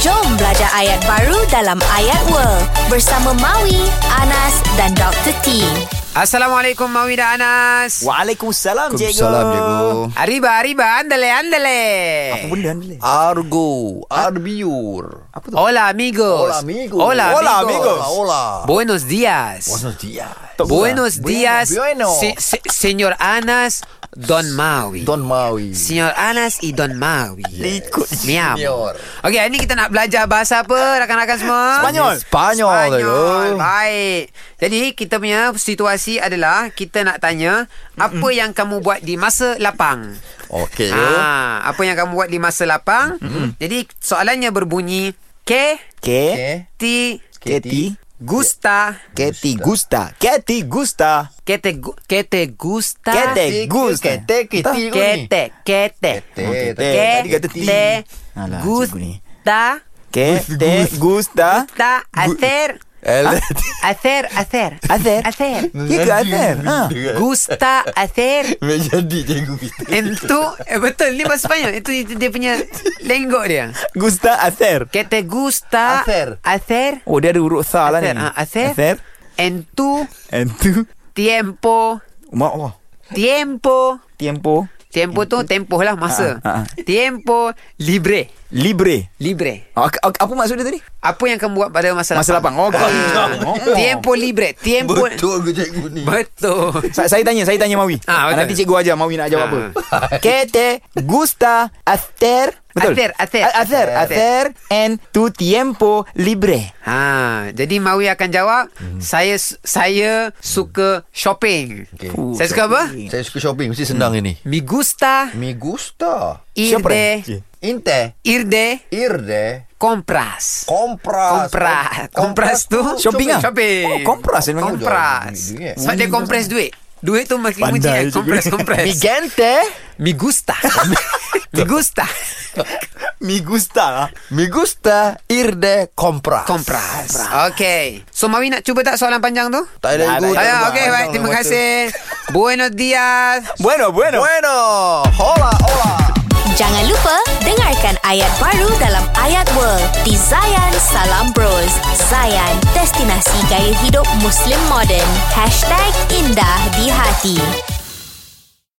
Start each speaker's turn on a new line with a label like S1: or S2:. S1: Ada ayat baru dalam Ayat World bersama Maui, Anas dan Dr. T.
S2: Assalamualaikum Mawi dan Anas.
S3: Waalaikumsalam, Cikgu.
S2: Arriba, arriba, ándale, ándale.
S3: Apa benda ni?
S4: Argo, Arbiur.
S3: Apa tu?
S2: Hola amigos.
S4: Hola, amigos.
S2: Hola amigos.
S4: Hola, amigos.
S2: Buenos días.
S4: Buenos días.
S2: Buenos días,
S3: bueno.
S2: se- se- señor Anas, don Maui.
S4: Don Maui.
S2: Señor Anas y Don Maui.
S4: Ikut
S2: Miam.
S4: senior.
S2: Okey, hari ni kita nak belajar bahasa apa rakan-rakan semua?
S3: Spanyol.
S4: Spanyol,
S2: Spanyol.
S4: dah, ya.
S2: Baik. Jadi, kita punya situasi adalah kita nak tanya apa yang kamu buat di masa lapang.
S4: Okey.
S2: Ah, apa yang kamu buat di masa lapang? Jadi, soalannya berbunyi ke
S3: Ke,
S2: eh.
S4: Okay.
S2: ti
S3: Keti,
S2: gusta
S3: Keti Gusta, Keti Gusta,
S2: que te gu- que te gusta
S3: Que te
S4: Keti,
S3: gusta.
S4: Kete, keti
S2: que te que te
S4: Kete.
S3: Tadi
S2: que
S3: kata ti.
S2: te
S3: Alah, cikgu ni.
S2: gusta
S3: Kete Gusta.
S2: gusta hacer Ah,
S4: El
S2: Hacer, hacer.
S3: Hacer.
S2: Hacer. Ah.
S3: Ya ke Azhar? Ha.
S2: Gusta hacer
S4: Menjadi cikgu kita.
S2: en tu... Eh, betul, ni bahasa Spanyol. Itu, itu dia punya lenggok dia.
S3: Gusta Azhar.
S2: Que te gusta
S4: Hacer.
S2: hacer,
S3: Oh, dia ada huruf sa lah ni.
S2: hacer, ah, hacer,
S3: Azhar.
S2: en tu
S3: And tu.
S2: tiempo,
S3: Umat Allah.
S2: tiempo,
S3: Tiempo.
S2: tiempo tu tempoh lah masa.
S3: Ah, ah, ah.
S2: Tiempo libre.
S3: Libre.
S2: Libre.
S3: Ah, ak- ak- Apa maksud dia tadi?
S2: Apa yang kamu buat pada masa, Ah.
S3: Masa lapang. Oh, kau.
S2: Tiempo libre. Tiempo...
S4: Betul ke cikgu ni?
S2: Betul.
S3: Sa- saya tanya, saya tanya Mawi.
S2: Ah,
S3: Ah,
S2: betul.
S3: Nanti cikgu ajar Mawi nak jawab
S2: Ah.
S3: apa. Kete gusta hacer Betul.
S2: Hacer, hacer.
S3: Ha- Hacer, hacer en tu tiempo libre.
S2: Ha, jadi Mawi akan jawab, hmm. saya saya suka shopping. Okay.
S4: Okay.
S2: Saya suka apa?
S4: Saya suka shopping. Mesti senang ini.
S2: Mi gusta
S4: Me gusta.
S2: ir de
S4: Inte.
S2: ir de
S4: Irde.
S2: compras.
S4: Compras.
S2: Compras. Compras tu
S3: Shopping ah?
S2: Shopping.
S3: Oh, compras dia panggil.
S2: Compras.
S4: Jual duit.
S2: Sebab dia compras duit. Duit tu makin
S3: Pandai
S2: bunyi kan?
S3: cikgu.
S2: Compras, compras.
S4: Mi gente.
S2: Mi gusta. Mi gusta.
S3: Mi gusta lah.
S4: Me gusta irde compras.
S2: Compras. Okay. So Mawi nak cuba tak soalan panjang tu?
S4: Tak ada cikgu. tak ada
S2: Ya,
S4: bang.
S2: okay, baik. Terima
S4: Lepas tu.
S2: kasih. Buenos dias.
S3: Bueno, bueno.
S4: Bueno. Hola, hola.
S1: Jangan lupa dengarkan ayat baru dalam Ayat World di Zayan Salam Bros. Zayan, destinasi gaya hidup Muslim modern. #IndahDiHati